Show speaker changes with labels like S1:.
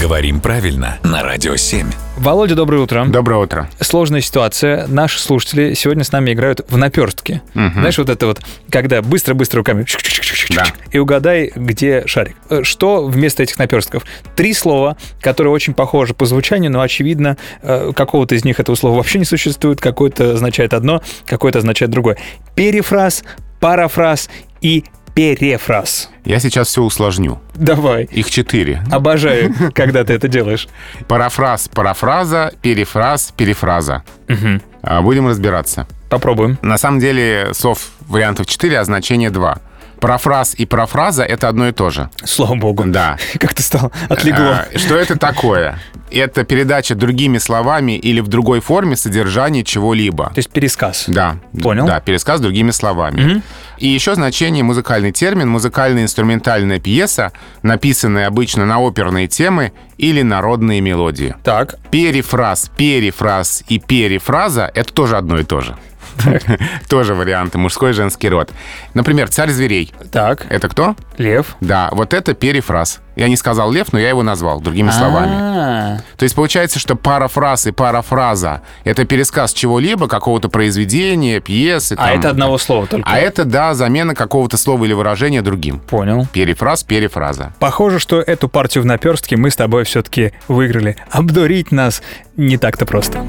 S1: Говорим правильно на Радио 7.
S2: Володя, доброе утро.
S3: Доброе утро.
S2: Сложная ситуация. Наши слушатели сегодня с нами играют в наперстки. Знаешь, вот это вот, когда быстро-быстро руками
S3: Да.
S2: и угадай, где шарик. Э, Что вместо этих наперстков? Три слова, которые очень похожи по звучанию, но очевидно, э, какого-то из них этого слова вообще не существует, какое-то означает одно, какое-то означает другое. Перефраз, парафраз и перефраз.
S3: Я сейчас все усложню.
S2: Давай.
S3: Их четыре.
S2: Обожаю, когда ты это делаешь.
S3: Парафраз, парафраза, перефраз, перефраза. А, Будем разбираться.
S2: Попробуем.
S3: На самом деле слов вариантов 4, а значение 2. Парафраз и парафраза — это одно и то же.
S2: Слава богу.
S3: Да.
S2: Как ты стал? Отлегло.
S3: А, Что это такое? Это передача другими словами или в другой форме содержания чего-либо.
S2: То есть пересказ.
S3: Да.
S2: Понял.
S3: Да, пересказ другими словами. И еще значение музыкальный термин, музыкальная инструментальная пьеса, написанная обычно на оперные темы или народные мелодии.
S2: Так.
S3: Перефраз, перефраз и перефраза — это тоже одно и то же. Тоже варианты, мужской и женский род. Например, «Царь зверей».
S2: Так.
S3: Это кто?
S2: Лев.
S3: Да, вот это перефраз. Я не сказал лев, но я его назвал другими словами.
S2: А,
S3: То есть получается, что парафраз и парафраза — это пересказ чего-либо, какого-то произведения, пьесы.
S2: А
S3: там.
S2: это одного слова только.
S3: А это, да, замена какого-то слова или выражения другим.
S2: Понял.
S3: Перефраз, перефраза.
S2: Похоже, что эту партию в наперстке мы с тобой все-таки выиграли. Обдурить нас не так-то просто.